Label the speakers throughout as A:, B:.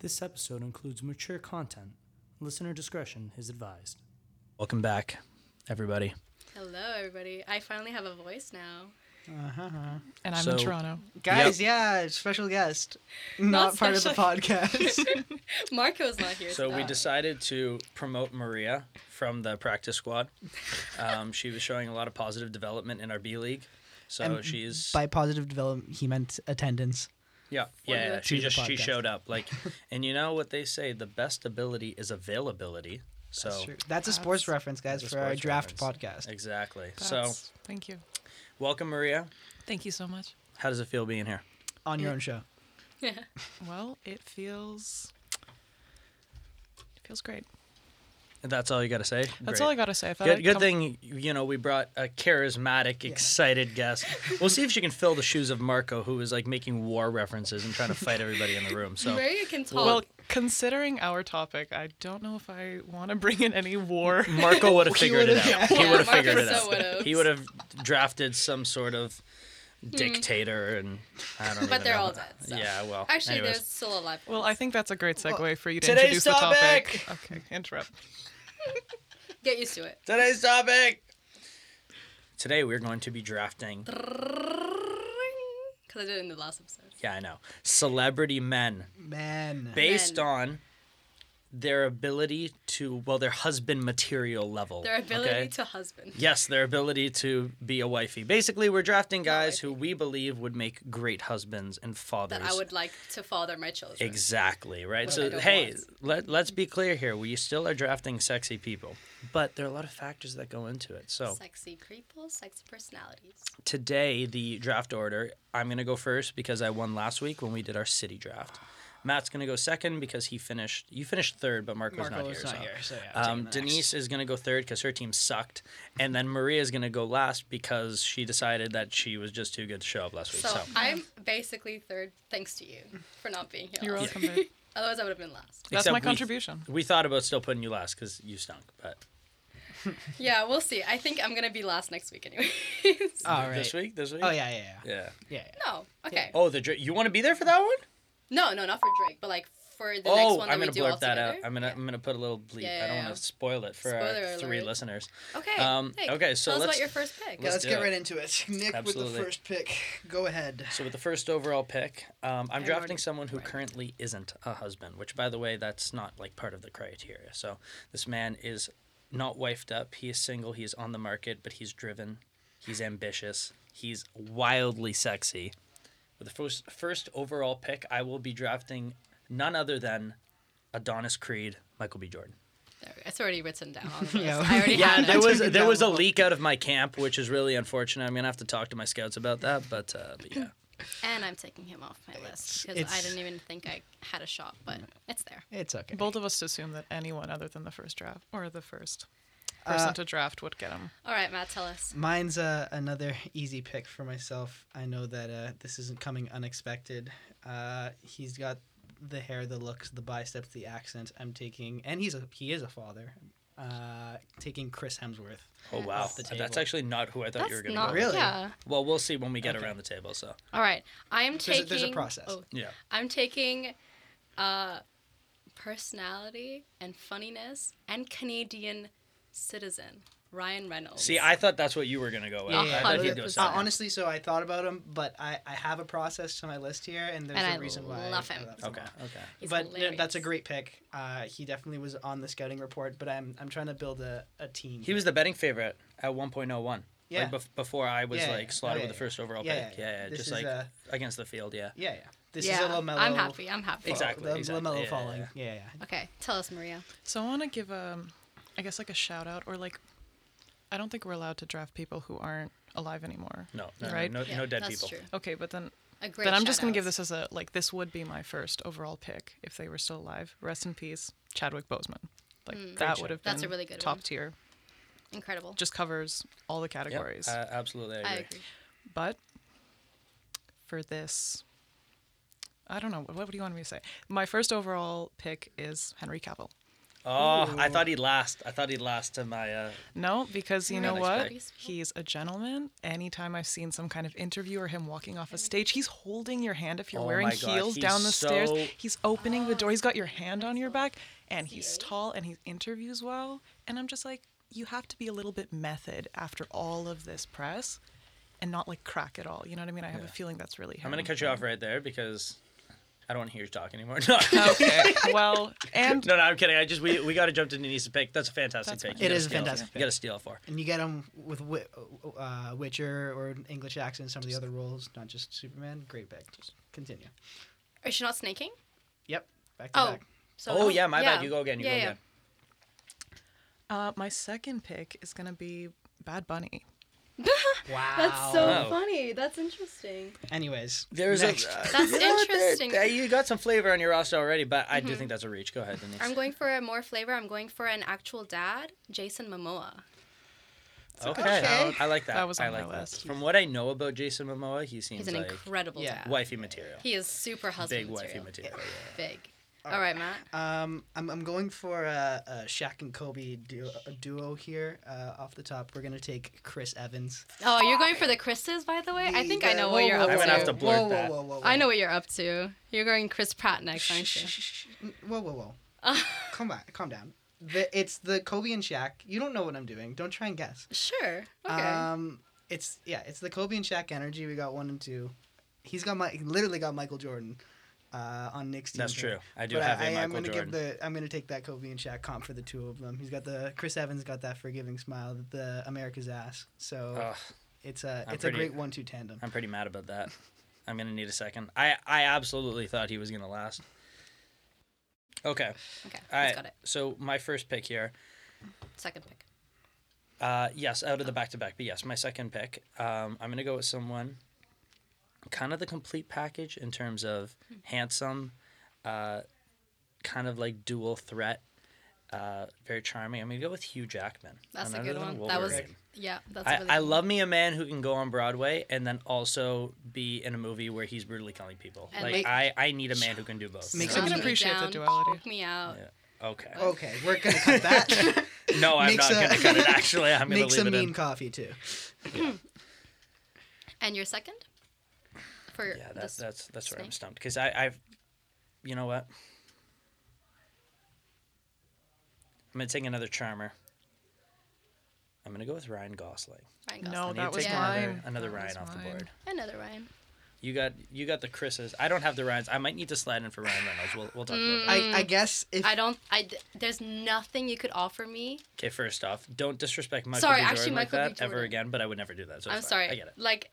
A: This episode includes mature content. Listener discretion is advised.
B: Welcome back, everybody.
C: Hello, everybody. I finally have a voice now.
D: And I'm in
B: So-
D: Toronto.
B: Yep.
E: Guys, yeah, special guest. Not, part
C: special.
E: of the podcast.
C: Marco's not here.
B: So we
C: today.
B: decided to promote Maria from the practice squad. Um, she was showing a lot of positive development in our B league. So
E: And
B: she's
E: By positive development, he meant attendance.
B: yeah yeah, yeah,
C: you
B: she
E: to the
B: just she
E: podcast.
B: showed up like and you know what they say the best ability is availability so
E: That's true. That's a sports reference, guys,
B: that's a
E: for our
B: sports
E: draft
B: reference.
E: podcast.
B: exactly so
D: That's- thank you.
B: welcome Maria
D: Thank you so much.
B: how does it feel being here
E: On your own show.
D: Well, it feels it feels great.
B: and that's all you got to say
D: That's
B: Great.
D: all I gotta say. I thought
B: Good,
D: I'd
B: good
D: come-
B: thing you know we brought a charismatic, excited guest. We'll see if she can fill the shoes of Marco, who is like making war references and trying to fight everybody in the room. So
C: Maria can talk.
D: Well, considering our topic, I don't know if I want to bring in any war.
B: Marco would have figured it
E: would've-
B: out.
E: yeah.
B: He
C: Yeah,
B: would have
C: Marco
B: figured it
C: so
B: out.
C: would've. Hmm.
B: He would have drafted some sort of dictator, and I don't.
C: but
B: even
C: they're
B: know.
C: all dead. So.
B: Yeah, well.
C: Actually,
B: anyways.
C: there's still a live.
D: Well, I think that's a great segue for you to
B: today's
D: introduce
B: topic!
D: the topic. Okay, interrupt.
C: Get used to it.
B: today's topic. Today we're going to be drafting.
C: Because I did it in the last episode.
B: Yeah, I know. Celebrity men.
E: Man.
B: based
C: Men.
B: on their ability to well their husband material level
C: Their ability
B: okay?
C: to husband.
B: yes their ability to be a wifey basically we're drafting guys who we believe would make great husbands and fathers
C: That I would like to father my children.
B: exactly right
C: Which I
B: so
C: don't
B: hey
C: want.
B: let, let's be clear here we still are drafting sexy people but there are a lot of factors that go into it so
C: Sexy people, sexy personalities.
B: today the draft order i'm going to go first because i won last week when we did our city draft matt's going to go second because he finished you finished third but marco's
E: Marco
B: not here
E: was not
B: so.
E: here, so yeah,
B: um,
E: take the next.
B: denise is going to go third because her team sucked and then maria is going to go last because she decided that she was just too good to show up last week
C: So,
B: so,
C: I'm basically third, thanks to you for not being here.
D: You're
C: last
D: welcome.
C: week.
D: babe.
C: Otherwise, I would have been last.
D: That's
B: Except
D: my
B: we-
D: contribution.
B: we thought about still putting you last because you stunk but
C: Yeah, we'll see. I think I'm gonna be last next week, anyways.
B: Uh,
E: All right.
B: this week this week
E: Oh, yeah, yeah, yeah.
B: yeah
E: yeah. yeah.
C: no, okay.
B: oh the dra- you want to be there for that one
C: No, no, not for Drake, but like for the next
B: Oh,
C: one that
B: I'm
C: we
B: gonna
C: do
B: blurb that out.
C: altogether.
B: I'm gonna I'm gonna put a little bleep.
C: Yeah,
B: I don't
C: yeah, yeah.
B: want to spoil it for our
C: Spoiler
B: three
C: alert.
B: listeners.
C: Okay.
B: Um,
C: Nick,
B: okay, so
C: tell us
B: let's-
C: about your first pick.
B: let's
E: let's,
B: do
E: get
B: it.
E: right into it. Nick with
B: Absolutely.
E: the first pick. Go ahead.
B: So with the first overall pick, um, I'm
C: I
B: drafting
C: already-
B: someone who
C: right.
B: currently isn't a husband, which by the way, that's not like part of the criteria. So this man is not wifed up. He is single. He is on the market, but he's driven. He's ambitious. He's wildly sexy. With the first first overall pick, I will be drafting none other than Adonis Creed, Michael B. Jordan.
C: There we go. It's already written down. on the
E: Yeah.
C: list. I already
B: Yeah,
C: had
B: there
C: it.
B: was
E: gonna be
B: there was a
E: downfall.
B: leak out of my camp, which is really unfortunate. I'm gonna have to talk to my scouts about that, but, uh, but yeah.
C: And I'm taking him off my list because I
E: it's-
C: didn't even think I had a shot, but it's there.
E: It's okay.
D: Both of us assume that anyone other than the first draft or the first
B: Uh,
D: person to draft would get him.
C: All right, Matt, tell us.
E: Mine's uh, another easy pick for myself. I know that uh, this isn't coming unexpected. Uh, he's got the hair, the looks, the biceps, the accent. I'm taking, and he's a he is a father. Uh, taking Chris Hemsworth.
B: Oh wow,
E: the
B: that's
E: table.
B: actually not who I thought
C: That's
B: you were gonna
C: not
B: go.
E: Really?
B: with.
C: yeah.
B: Well, we'll see when we get
E: Okay.
B: around the table. So
C: All right, I'm
E: a-
C: taking.
E: there's a process.
C: Oh,
B: yeah,
C: I'm taking, uh, personality and funniness and Canadian citizen Ryan Reynolds.
B: see, I thought that's what you were gonna go with.
C: Yeah,
B: I
C: yeah,
B: thought
C: yeah.
B: you'd go
C: Uh,
B: second.
E: Uh, honestly, so I thought about him, but I, I have a process to my list here, and there's
C: And
E: a
C: I
E: reason why.
C: love
E: I
C: him.
E: left
B: okay,
E: off.
B: okay.
C: He's
E: but no, that's a
C: hilarious.
E: great pick. Uh, he definitely was on the scouting report, but I'm I'm trying to build a, a team.
B: He was the betting favorite at 1.01.
E: Yeah.
B: Like bef- before I was
E: Yeah, yeah,
B: like
E: yeah.
B: slotted
E: Oh, yeah,
B: with the
E: yeah.
B: first overall
E: Yeah,
B: pick.
E: yeah,
B: Yeah,
E: yeah.
B: yeah,
E: This
B: just
E: is,
B: like
E: uh,
B: against the field. Yeah.
E: Yeah, yeah. This
C: yeah,
E: is a LaMelo.
C: I'm happy. I'm happy.
B: Exactly.
E: The LaMelo
B: yeah, yeah,
E: falling.
B: yeah.
E: Yeah, yeah.
C: Okay, tell us, Maria.
D: So I want to give um, I guess like a shout out or like, I don't think we're allowed to draft people who aren't alive anymore.
B: No, no,
D: Right?
B: no, no,
C: Yeah,
B: no dead
C: that's
B: people.
C: True.
D: Okay, but then
C: A great
D: then I'm just gonna
C: shout-out.
D: give this as a like this would be my first overall pick if they were still alive. Rest in peace, Chadwick Boseman. Like that would have been
C: Hmm. That's a really good
D: top
C: one.
D: tier.
C: incredible.
D: Just covers all the
B: Yep,
D: categories.
B: uh, absolutely, I
C: I
B: agree.
C: agree.
D: but for this, I don't know. What, what do you want me to say? My first overall pick is Henry Cavill.
B: Oh, I thought he'd last. I thought he'd last to my. Uh,
D: No, because you
C: You're
D: know
B: not
D: what?
C: expecting-
D: He's a gentleman. Anytime I've seen some kind of interview or him walking off a stage, he's holding your hand if you're
B: Oh
D: wearing
B: my God,
D: heels
B: he's
D: down the stairs.
B: so-
D: He's opening the door. He's got your hand on your back, and he's tall and he interviews well. And I'm just like, you have to be a little bit method after all of this press, and not like crack at all. You know what I mean? I have a feeling that's really. Him.
B: I'm gonna cut you off right there because I don't want to hear you talk anymore. No,
D: Okay. well, and
B: no, no, I'm kidding. I just we, we got to jump to Denise's pick. That's a fantastic
D: That's
B: pick.
D: fine.
B: You
E: It
B: gotta
E: is a
B: steal
E: fantastic
B: You got to steal it for.
E: And you get them with Wi- uh, Witcher or an English accent, some of the other roles, not just Superman. Great pick. Just continue.
C: Is she not snaking?
E: Yep. Back to
C: Oh.
E: back.
C: So
B: oh yeah, my bad. You go again. You
C: yeah,
B: go
C: yeah.
B: again.
D: uh, my second pick is gonna be Bad Bunny.
E: Wow.
C: That's so
B: Wow.
C: funny. That's interesting.
E: Anyways,
B: There's
E: next.
B: a. uh,
C: That's
B: you know what, there-
C: interesting. Mm-hmm.
B: there- you got some flavor on your roster already, but I do think that's a reach. Go ahead, Denise.
C: I'm going for a more flavor. I'm going for an actual dad, Jason Momoa.
B: okay.
E: Okay.
B: I like that.
D: That was
B: I
D: on my
B: like that.
D: list.
B: From what I know about Jason Momoa, he seems
C: He's an
B: like
C: incredible
E: Yeah.
C: dad.
B: wifey material.
C: He is super husband
B: Big wifey
C: material.
B: material. yeah.
C: Big. All right, Matt.
E: Um, I'm, I'm going for a, a Shaq and Kobe duo, a duo here. Uh, off the top, we're gonna take Chris Evans.
C: Oh, you're going for the Chris's, by the way. I think I
E: The-
C: know what
E: whoa,
C: you're
E: whoa,
C: up
B: I
E: whoa,
B: would
C: to.
B: have to
E: whoa,
B: blurt
E: whoa,
B: that.
E: Whoa, whoa, whoa,
C: I know what you're up to. You're going Chris Pratt next, aren't you?
E: Whoa, whoa, whoa. Come on, calm down. The, it's the Kobe and Shaq. You don't know what I'm doing. Don't try and guess.
C: Sure. Okay.
E: Um, it's yeah, it's the Kobe and Shaq energy. We got one and two. He's got my literally got Michael Jordan uh, on Nick's team.
B: That's
E: here.
B: true. I do
E: But
B: have a
E: I, I am
B: Michael
E: gonna
B: Jordan.
E: give the I'm gonna take that Kobe and Shaq comp for the two of them. He's got the Chris Evans got that forgiving smile that the America's ass. So
B: Ugh,
E: it's a
B: I'm
E: it's
B: pretty-
E: a great one two tandem.
B: I'm pretty mad about that. I'm gonna need a second. I I absolutely thought he was gonna last. Okay.
C: okay.
B: All
C: He's
B: right.
C: got it.
B: So my first pick here.
C: Second pick.
B: Uh, yes, out of the back to back, but yes, my second pick. Um, I'm gonna go with someone, kind of the complete package in terms of handsome, uh, kind of like dual threat, uh, very charming. I'm gonna go with Hugh Jackman.
C: That's
B: none
C: a
B: other
C: good
B: than
C: one. That was
B: Wolverine.
C: yeah. That's a
B: I,
C: really
B: I
C: good
B: love me a man who can go on Broadway and then also be in a movie where he's brutally killing people.
C: And
B: like
E: make-
B: I, I need a man who can do both.
E: Make
C: one.
E: Makes
B: So-
E: him
C: Knock
E: an
C: me
D: appreciate the
C: down,
D: duality.
C: Knock me out.
B: Yeah. Okay.
C: Oh.
E: Okay, we're gonna cut that.
B: No, I'm
E: makes
B: not
E: a-
B: gonna cut it. Actually, I'm gonna
E: Make
B: leave
E: some
B: it
E: mean
B: in.
E: coffee too.
C: And your second? For
B: Yeah, that's
C: this-
B: that's that's where I'm
C: snake.
B: stumped because I I've, you know what? I'm gonna take another charmer. I'm gonna go with Ryan Gosling.
C: Ryan Gosling.
D: No,
B: I need
D: Oh, that
B: to
D: was
B: take
C: Yeah.
D: mine.
B: another, another
D: That
B: Ryan
D: was
B: off the
D: mine.
B: board.
C: Another Ryan.
B: You got you got the Chris's. I don't have the Ryans. I might need to slide in for Ryan Reynolds. We'll we'll talk
C: Mm.
B: about that.
E: I, I guess if
C: I don't. I d- there's nothing you could offer me.
B: Okay, first off, don't disrespect Michael B.
C: Sorry,
B: Jordan
C: actually,
B: like
C: Michael B.
B: that ever
C: Jordan.
B: again. But I would never do that. So
C: I'm
B: it's fine.
C: sorry.
B: I get it.
C: Like,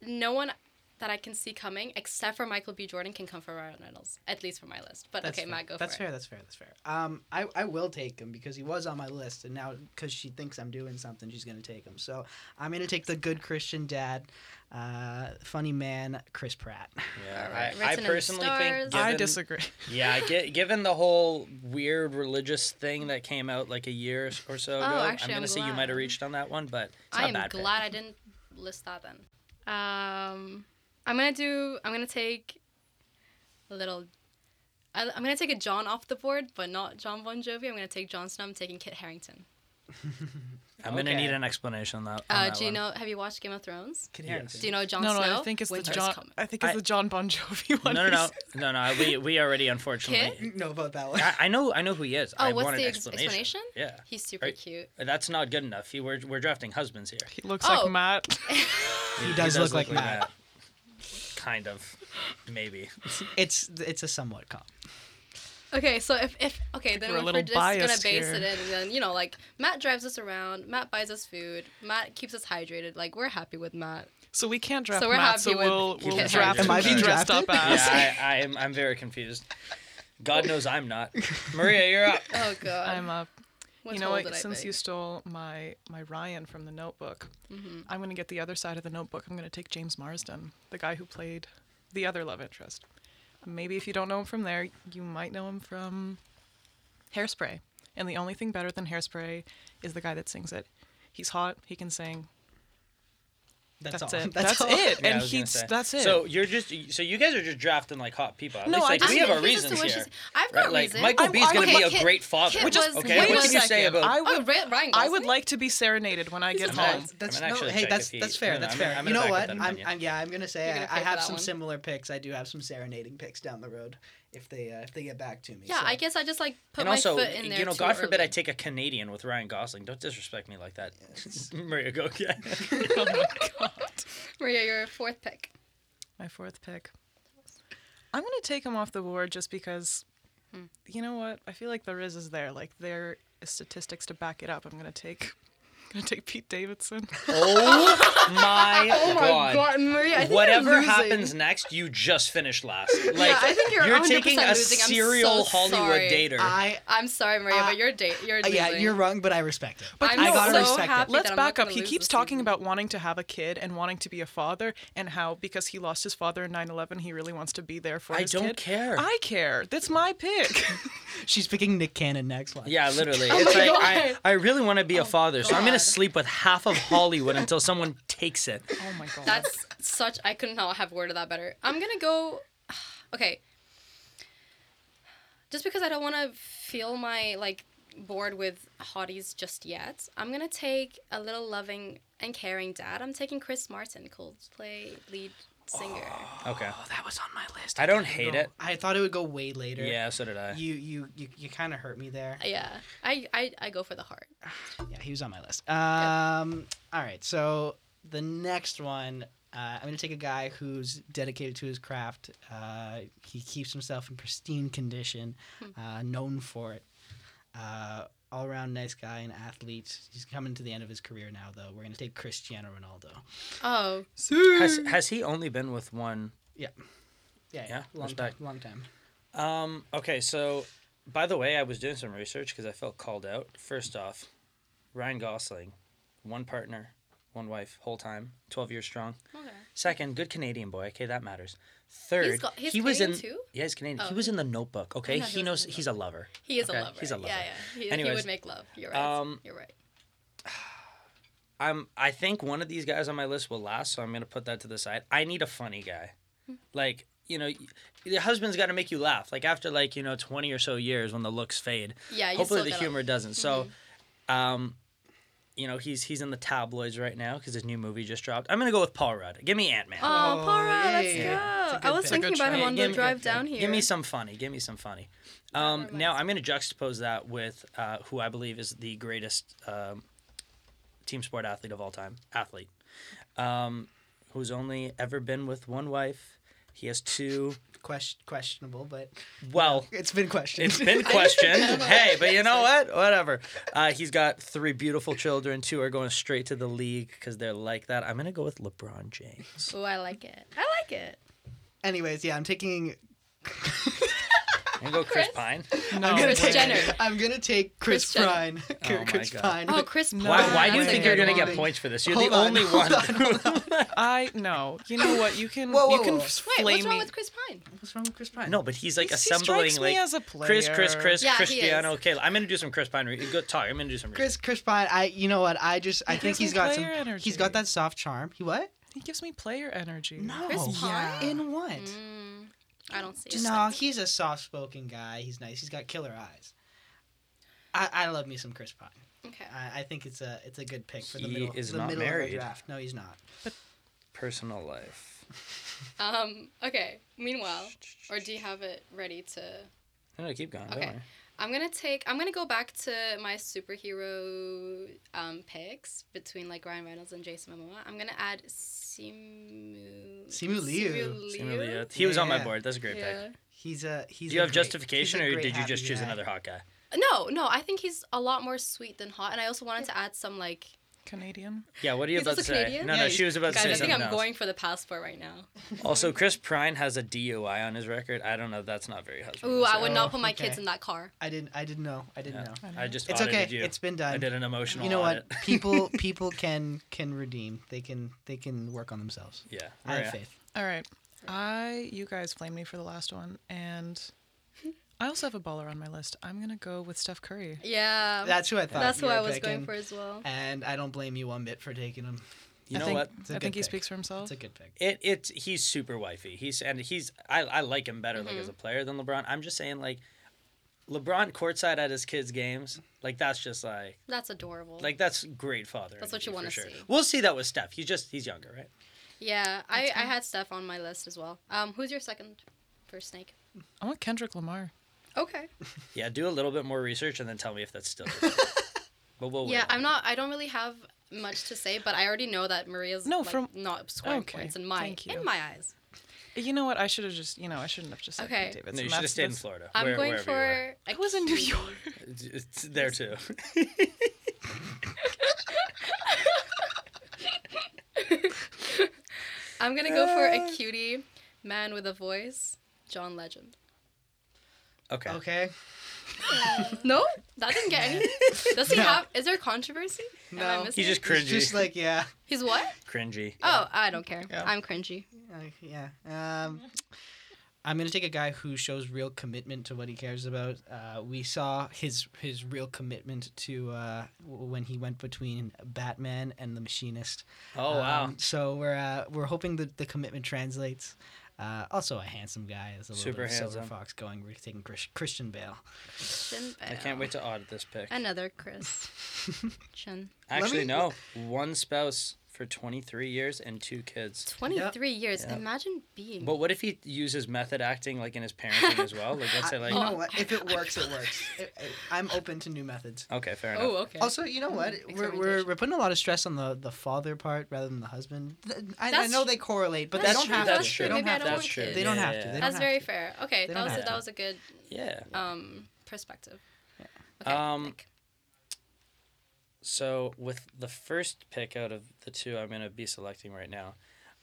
C: no one that I can see coming except for Michael B. Jordan can come for Ryan Reynolds, at least for my list. But okay,
E: fair.
C: Matt, go
E: That's
C: for
E: fair.
C: it.
E: That's fair. That's fair. Um, I, I will take him because he was on my list, and now because she thinks I'm doing something, she's gonna take him. So I'm gonna take the good Christian dad, uh, funny man, Chris Pratt.
B: Yeah,
C: All right.
B: I- I,
C: Written in
B: personally think
C: stars.
D: I
B: given-
D: disagree.
B: Yeah, gi- given the whole weird religious thing that came out like a year or so ago,
C: Oh, actually,
B: I'm
C: I'm
B: gonna say you might
C: glad.
B: have reached on that one, but it's
C: I
B: not
C: am
B: bad. pick.
C: glad I didn't list that then. Um, I'm gonna do. I'm gonna take a little. I, I'm gonna take a John off the board, but not John Bon Jovi. I'm gonna take John Snow. I'm taking Kit Harrington.
B: I'm gonna need
E: Okay.
B: an explanation on that. on
C: Uh,
B: that
C: do you
B: one.
C: know? Have you watched Game of Thrones?
E: Kid
B: Yes.
E: Harington.
C: Do you know Jon
D: No, no,
C: Snow?
D: I think it's
C: Winter's
D: the John.
C: coming.
D: I think it's
B: I-
D: the John Bon Jovi one.
B: No, no, no, no, no. We we already
C: Kid?
B: unfortunately.
E: You know about that one.
B: I, I know I know who he is.
C: Oh,
B: I
C: what's
B: want an
C: the ex-
B: explanation.
C: explanation?
B: Yeah,
C: He's super
B: Right.
C: cute.
B: that's not good enough. He, we're we're drafting husbands here.
D: He looks
C: Oh.
D: like Matt.
B: He,
E: does look like Matt.
B: kind of, maybe.
E: It's it's a somewhat calm.
C: Okay, so if, if okay, then
D: we're a
C: if
D: little
C: we're just gonna
D: biased
C: base
D: here.
C: it in, and then you know, like Matt drives us around, Matt buys us food, Matt keeps us hydrated. Like we're happy with Matt.
D: So we can't draft
C: So we're
D: Matt,
C: happy
D: so
C: with-
D: we'll,
C: Keep
D: we'll
C: it
D: draft
B: hydrated.
D: him
B: Am I being
D: dressed up as.
B: yeah, I, I'm I'm very confused. God knows I'm not. Maria, you're up.
C: Oh god,
D: I'm up.
C: What
D: you know
C: hole
D: what?
C: did I
D: Since you
C: pick?
D: stole my my Ryan from the Notebook,
C: Mm-hmm.
D: I'm going to get the other side of the Notebook. I'm going to take James Marsden, the guy who played the other love interest. Maybe if you don't know him from there, you might know him from Hairspray. And the only thing better than Hairspray is the guy that sings it. He's hot. He can sing.
E: That's,
D: That's
E: all.
D: it.
E: That's,
D: That's,
E: all.
D: it.
B: Yeah, I
D: and
B: was gonna
D: he's
B: say.
D: that's it.
B: So you're just so you guys are just drafting like hot people. At
D: No,
B: least,
D: I
B: like
D: just-
B: we have
C: I
B: our
C: mean, his is
B: reasons
C: the
B: here.
C: wishes- I've got
B: Right, like
C: reasons.
B: Michael
D: I-
B: B's
D: I
B: gonna
D: would
B: be
C: like-
B: a
C: Kit-
B: great father.
C: Kit Which is-
B: okay,
C: wait
B: what
C: a
B: can you say
D: second.
B: about?
D: I
C: Oh,
D: would,
C: Ra- Ryan
D: I
C: Gosling?
D: would like to be serenaded when I get
C: a
D: home.
B: child.
E: That's
B: I'm gonna
E: no,
B: actually
E: hey,
B: check
E: that's
B: if he-
E: that's fair.
B: no, no,
E: That's
B: I'm
E: fair.
B: gonna- I'm
E: you
B: gonna back up
E: know what?
B: that
E: I'm,
B: opinion.
E: I'm yeah. I'm gonna say
C: You're gonna
E: I, I
C: pay for
E: have
C: that
E: some
C: one.
E: similar picks. I do have some serenading picks down the road if they uh, if they get back to me.
C: Yeah,
E: so.
C: I guess I just like put
B: and
C: my
B: also,
C: foot in there.
B: you know,
C: too
B: God forbid
C: early.
B: I take a Canadian with Ryan Gosling. Don't disrespect me like that, Maria. Go yeah.
D: oh my god.
C: Maria, your fourth pick.
D: My fourth pick. I'm gonna take him off the board just because
C: Hmm.
D: you know what? I feel like there is is there. Like there is statistics to back it up. I'm gonna take I'm gonna take Pete Davidson.
B: Oh my
C: Oh my god, Maria! I think
B: Whatever
C: you're
B: happens next, you just finished last. Like
C: I think you're
B: you're taking a
C: 100% losing. I'm so
B: serial Hollywood
C: sorry.
B: dater.
E: I
C: I'm sorry, Maria,
E: Uh,
C: but you're date. You're
E: uh,
C: losing.
E: yeah, you're wrong, but I respect it.
C: But
E: I
C: I'm
E: gotta
C: so
E: respect
C: happy-
E: it.
D: Let's
C: that I'm not
D: back up.
C: gonna
D: He
C: lose
D: keeps
C: this
D: talking
C: season.
D: about wanting to have a kid and wanting to be a father, and how because he lost his father in 9/11, he really wants to be there for
B: I
D: his
B: don't
D: kid.
B: care.
D: I care. That's my pick.
E: She's picking Nick Cannon next one.
B: Yeah, literally.
C: Oh
B: it's
C: my
B: like I,
C: God. Oh
B: I really want to be a father, so I'm gonna
C: God.
B: sleep with half of Hollywood until someone takes it.
D: oh my god.
C: That's such. I could not have worded that better. I'm gonna go. Okay. Just because I don't want to feel my like bored with hotties just yet, I'm gonna take a little loving and caring dad. I'm taking Chris Martin, Coldplay lead singer.
B: Okay.
E: Oh, that was on my list.
B: I don't hate
E: No,
B: it.
E: I thought it would go way later.
B: Yeah, so did I.
E: You you you, you kind of hurt me there.
C: Yeah, I, I I go for the heart.
E: Yeah, he was on my list. Um, all right. So the next one, uh, I'm gonna take a guy who's dedicated to his craft. Uh, he keeps himself in pristine condition,
B: Hmm.
E: uh, known for it. Uh, all around nice guy and athlete. He's coming to the end of his career now, though. We're gonna take Cristiano Ronaldo.
C: Oh,
B: Has, has he only been with one?
E: Yeah. Yeah,
B: Yeah,
E: long
B: respect.
E: time, long time.
B: Um. Okay. So, by the way, I was doing some research because I felt called out. First off, Ryan Gosling, one partner, one wife, whole time, twelve years strong.
C: okay.
B: Second, good Canadian boy. Okay, that matters. Third,
C: got- he's
B: he was
C: Canadian
B: in.
C: too?
B: Yeah, he's Canadian. He
C: Oh.
B: was in the Notebook. Okay,
C: know he
B: he
C: was in
B: knows
C: The
B: he's a lover.
C: He is
B: Okay,
C: a lover.
B: He's a lover.
C: Yeah, yeah. He, he
B: Anyways,
C: would make love. You're right.
B: um,
C: You're right.
B: I'm I think one of these guys on my list will last, so I'm gonna put that to the side. I need a funny guy.
C: Hmm.
B: Like, you know, your husband's gotta make you laugh. Like after like, you know, twenty or so years when the looks fade.
C: Yeah, you
B: Hopefully
C: still
B: the
C: gotta- Mm-hmm.
B: humor doesn't. So um you know, he's he's in the tabloids right now because his new movie just dropped. I'm gonna go with Paul Rudd. Give me Ant Man.
C: Oh, Para, let's
E: yeah.
C: go.
E: It's a good
C: I was
E: pick.
C: thinking
D: Good
C: about him
D: choice.
C: on
B: Give
C: the
B: me-
C: drive down here.
B: Give me some funny. Give me some funny. Um, now I'm going to juxtapose that with uh, who I believe is the greatest um, team sport athlete of all time. Athlete, um, who's only ever been with one wife. He has two.
E: Question, questionable, but
B: Well,
E: it's been questioned.
B: it's been questioned. hey, but you know what? Whatever. Uh, he's got three beautiful children. Two are going straight to the league because they're like that. I'm going to go with LeBron James.
C: Oh, I like it. I like it.
E: Anyways, yeah, I'm taking
B: I'm going to go Chris,
C: Chris? Oh,
B: Pine.
D: no,
E: I'm gonna
C: Kris
E: take.
C: Jenner.
E: I'm gonna take Chris,
C: Jenner.
E: Pine.
B: Oh
E: Chris
B: my God.
E: Pine.
C: Oh, Chris.
D: No.
B: Why,
C: Pine,
B: why do you
C: that's a
B: think
C: good
B: you're going to
C: one.
B: get points for this? You're
E: Hold
B: the
E: on,
B: only
E: hold
B: one.
E: on, hold on.
D: I know. You know what? You can
E: Whoa, whoa,
D: you can
E: whoa.
D: f-
C: Wait,
D: flame
C: what's wrong
D: me.
C: with Chris Pine?
E: What's wrong with Chris Pine?
B: No, but he's like
D: He- he
B: assembling
D: strikes
B: like
D: me as a
B: Chris, Chris,
D: player.
B: Chris,
C: Yeah, he
B: Cristiano.
C: is.
B: Okay, I'm gonna do some Chris Pine. Re- go talk. I'm gonna do some.
E: Chris Chris Pine. I you know what? I just I think
D: gives me
E: he's got some.
D: player
E: He's
D: energy.
E: got that soft charm. He what?
D: He gives me player energy.
C: Chris Pine?
E: In what?
C: I don't see it.
E: Mm, no, he's a soft spoken guy. He's nice. He's got killer eyes. I, I love me some Chris Pine.
C: Okay.
E: I, I think it's a it's a good pick for the
B: He
E: middle,
B: is
E: the
B: not
E: middle of
B: married.
E: the draft. No, he's not.
B: personal life.
C: Um. Okay. Meanwhile, or do you have it ready to?
B: No, no, keep going. Don't
C: Okay.
B: worry.
C: I'm gonna take. I'm gonna go back to my superhero um picks between like Ryan Reynolds and Jason Momoa. I'm gonna add Simu.
E: Simu Liu.
B: Simu Liu. uh, He was on my
E: Yeah.
B: board. That's a great
C: Yeah.
B: pick.
E: He's a he's.
B: Do you
E: a
B: have
E: great-
B: justification,
E: he's a
B: or
E: great
B: did you
E: happy
B: just choose
E: guy.
B: another hot guy?
C: No, no. I think he's a lot more sweet than hot, and I also wanted to add some like.
D: Canadian.
B: Yeah. What are you
C: He's
B: about to
C: also
B: say?
C: Canadian?
B: No,
E: Yeah,
B: no.
E: he's-
B: She was about to
C: Guys,
B: say
C: I think
B: something
C: I'm
B: else.
C: going for the passport right now.
B: Also, Chris Pine has a DUI on his record. I don't know. That's not very husband.
C: Ooh, I would
E: Oh,
C: not put my kids
E: okay.
C: in that car.
E: I didn't I didn't know. I didn't
B: Yeah.
E: know.
B: I just
E: It's
B: audited
E: okay.
B: you.
E: It's been done.
B: I did an emotional.
E: you know what?
B: audit.
E: People people can can redeem. They can they can work on themselves.
B: yeah.
E: I have
B: Maria.
E: faith.
D: All right. I you guys flamed me for the last one, and I also have a baller on my list. I'm gonna go with Steph Curry.
C: Yeah.
E: That's who I thought.
C: Um, That's
E: you
C: who I
E: were
C: was
E: picking,
C: going for as well.
E: And I don't blame you one bit for taking him.
B: You
D: I
B: know
D: think,
B: what?
E: It's a
D: I
E: good
D: think he
E: pick.
D: speaks for himself.
E: That's a good pick.
B: It it's he's super wifey. He's and he's I, I like him better like as
C: Mm-hmm.
B: a player than LeBron. I'm just saying like LeBron courtside at his kids' games, like that's just like
C: That's adorable.
B: like that's great father.
C: That's what you
B: want
C: wanna
B: to
C: see.
B: We'll see that with Steph. He's just he's younger, right?
C: yeah, I, I had Steph on my list as well. Um, who's your second for Snake?
D: I want Kendrick Lamar.
C: Okay.
B: Yeah, do a little bit more research and then tell me if that's still. your pick. but we'll wait
C: yeah,
B: on
C: I'm
B: it.
C: not. I don't really have much to say, but I already know that Maria's
D: No,
C: like,
D: from-
C: not scoring
D: Okay,
C: points in my
D: thank you.
C: in my eyes.
D: You know what? I should have just, you know, I shouldn't have just said
C: Okay.
D: Pete Davidson.
B: No, you should
D: That's-
B: have stayed in
D: that's-
B: Florida.
C: I'm
B: where-
C: going
B: wherever you were.
C: for. I
D: I was in New York.
B: It's- It's there too.
C: I'm gonna go for a cutie man with a voice, John Legend.
B: Okay.
E: Okay.
C: No, that didn't get any. Does he have? Is there controversy? Am I
E: No.
C: missing
B: He's just
C: it?
B: cringy.
E: It's just like yeah,
C: He's what?
B: cringy.
C: Oh, I don't care.
E: Yeah.
C: I'm cringy.
E: uh, yeah. Um, I'm gonna take a guy who shows real commitment to what he cares about. Uh, we saw his his real commitment to uh, w- when he went between Batman and the Machinist.
B: Oh wow.
E: Um, so we're uh, we're hoping that the commitment translates. Uh, also, a handsome guy is a little
B: Super
E: bit of Silver
B: handsome.
E: Fox going. We're taking Chris- Christian Bale.
C: Chin
B: I can't wait to audit this pick.
C: Another Chris. Chin.
B: Actually,
E: me-
B: no. One spouse for 23 years and two kids.
C: 23 years.
B: Yeah.
C: Imagine being.
B: But what if he uses method acting like in his parenting as well? Like let's say
E: I-
B: like
E: you
C: Oh.
E: know what? If it works, it works. It- it- I'm open to new methods.
B: okay, fair enough.
C: oh, okay.
E: Also, you know what? We're, we're,
C: experimentation.
E: we're putting a lot of stress on the, the father part rather than the husband. Th- I, I
C: That's
E: know they correlate, but they
C: That's
E: don't
C: true,
E: have
B: that's
E: to.
B: true.
E: They don't
C: Maybe I
E: have
C: don't
E: to.
B: that's
C: want
B: true.
C: kids.
E: They don't
B: Yeah,
E: have
B: yeah,
E: to.
B: yeah.
E: They don't
C: That's
E: have
C: very
E: to.
C: fair. Okay, that
E: They don't
C: was a,
E: have
C: that
E: to.
C: was a good
B: Yeah.
C: um perspective. Okay,
B: Um,
C: Nick.
B: So with the first pick out of the two I'm gonna be selecting right now,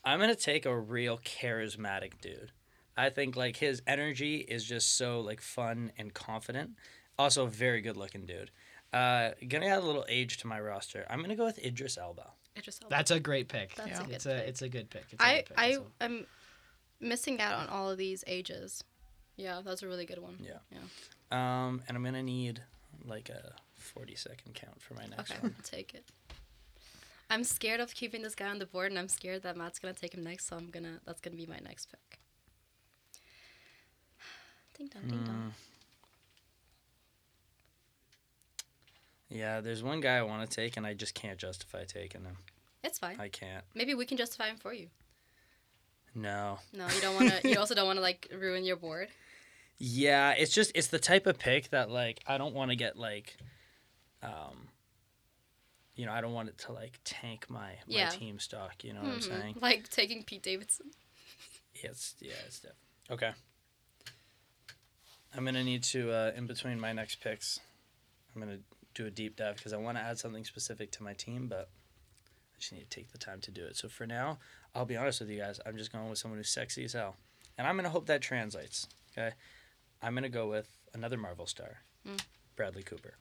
B: I'm gonna take a real charismatic dude. I think like his energy is just so like fun and confident. Also, a very good looking dude. Uh, gonna add a little age to my roster. I'm gonna go with Idris Elba.
C: Idris Elba.
E: That's a great pick.
C: That's
D: Yeah.
C: a good
E: It's
C: pick.
E: a it's a good pick. It's a
C: I
E: good pick.
C: I
E: So-
C: am missing out on all of these ages. Yeah, that's a really good one.
B: Yeah.
C: Yeah.
B: Um, and I'm gonna need like a 40 second count for my next
C: Okay, I'll
B: one.
C: take it. I'm scared of keeping this guy on the board, and I'm scared that Matt's gonna take him next. So I'm gonna that's gonna be my next pick. Ding dong, ding
B: Mm.
C: dong.
B: Yeah, there's one guy I want to take, and I just can't justify taking him.
C: It's fine.
B: I can't.
C: Maybe we can justify him for you.
B: No.
C: No, you don't want to. you also don't want to like ruin your board.
B: Yeah, it's just it's the type of pick that like I don't want to get like, um, you know, I don't want it to like tank my my
C: Yeah.
B: team stock. You know what I'm
C: Mhm.
B: saying?
C: Like taking Pete Davidson.
B: It's yeah, it's definitely okay. I'm gonna need to uh, in between my next picks. I'm gonna do a deep dive because I want to add something specific to my team, but I just need to take the time to do it. So for now, I'll be honest with you guys. I'm just going with someone who's sexy as hell, and I'm gonna hope that translates. Okay, I'm gonna go with another Marvel star,
C: Mm.
B: Bradley Cooper.